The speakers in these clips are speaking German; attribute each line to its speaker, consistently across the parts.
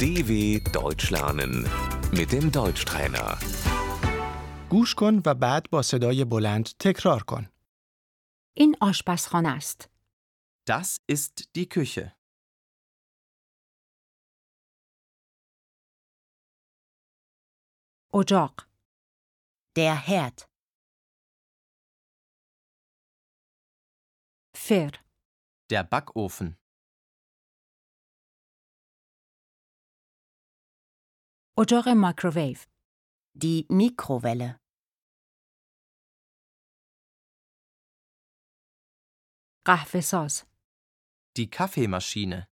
Speaker 1: DW Deutsch lernen mit dem Deutschtrainer.
Speaker 2: گوش کن و بعد با صدای بلند تکرار کن.
Speaker 3: این آشپزخانه است.
Speaker 4: Das ist die Küche.
Speaker 3: اجاق. Der Herd. فر.
Speaker 4: Der Backofen.
Speaker 3: اجاق مایکروویو. Die Mikrowelle. قهوه ساز.
Speaker 4: Die Kaffeemaschine.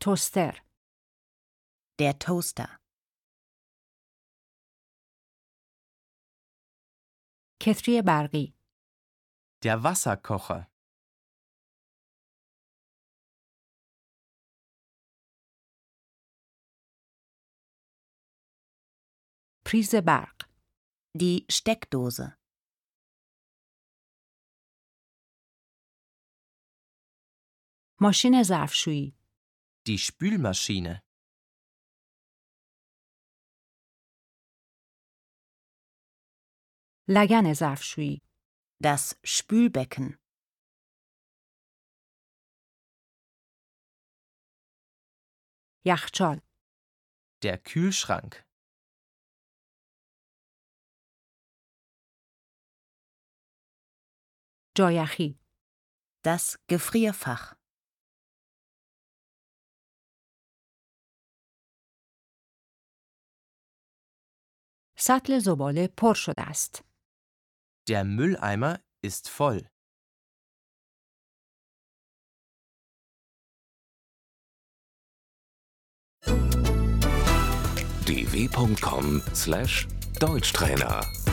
Speaker 3: توستر. Der Toaster. کتری برقی.
Speaker 4: Der Wasserkocher.
Speaker 3: پریز برق. Die Steckdose. ماشین ظرفشویی.
Speaker 4: Die Spülmaschine.
Speaker 3: لگن ظرفشویی. Das Spülbecken. یخچال.
Speaker 4: Der Kühlschrank.
Speaker 3: جایخی.
Speaker 5: Das Gefrierfach.
Speaker 3: سطل زباله پر شده است.
Speaker 4: Der Mülleimer ist voll.
Speaker 1: dw.com/deutschtrainer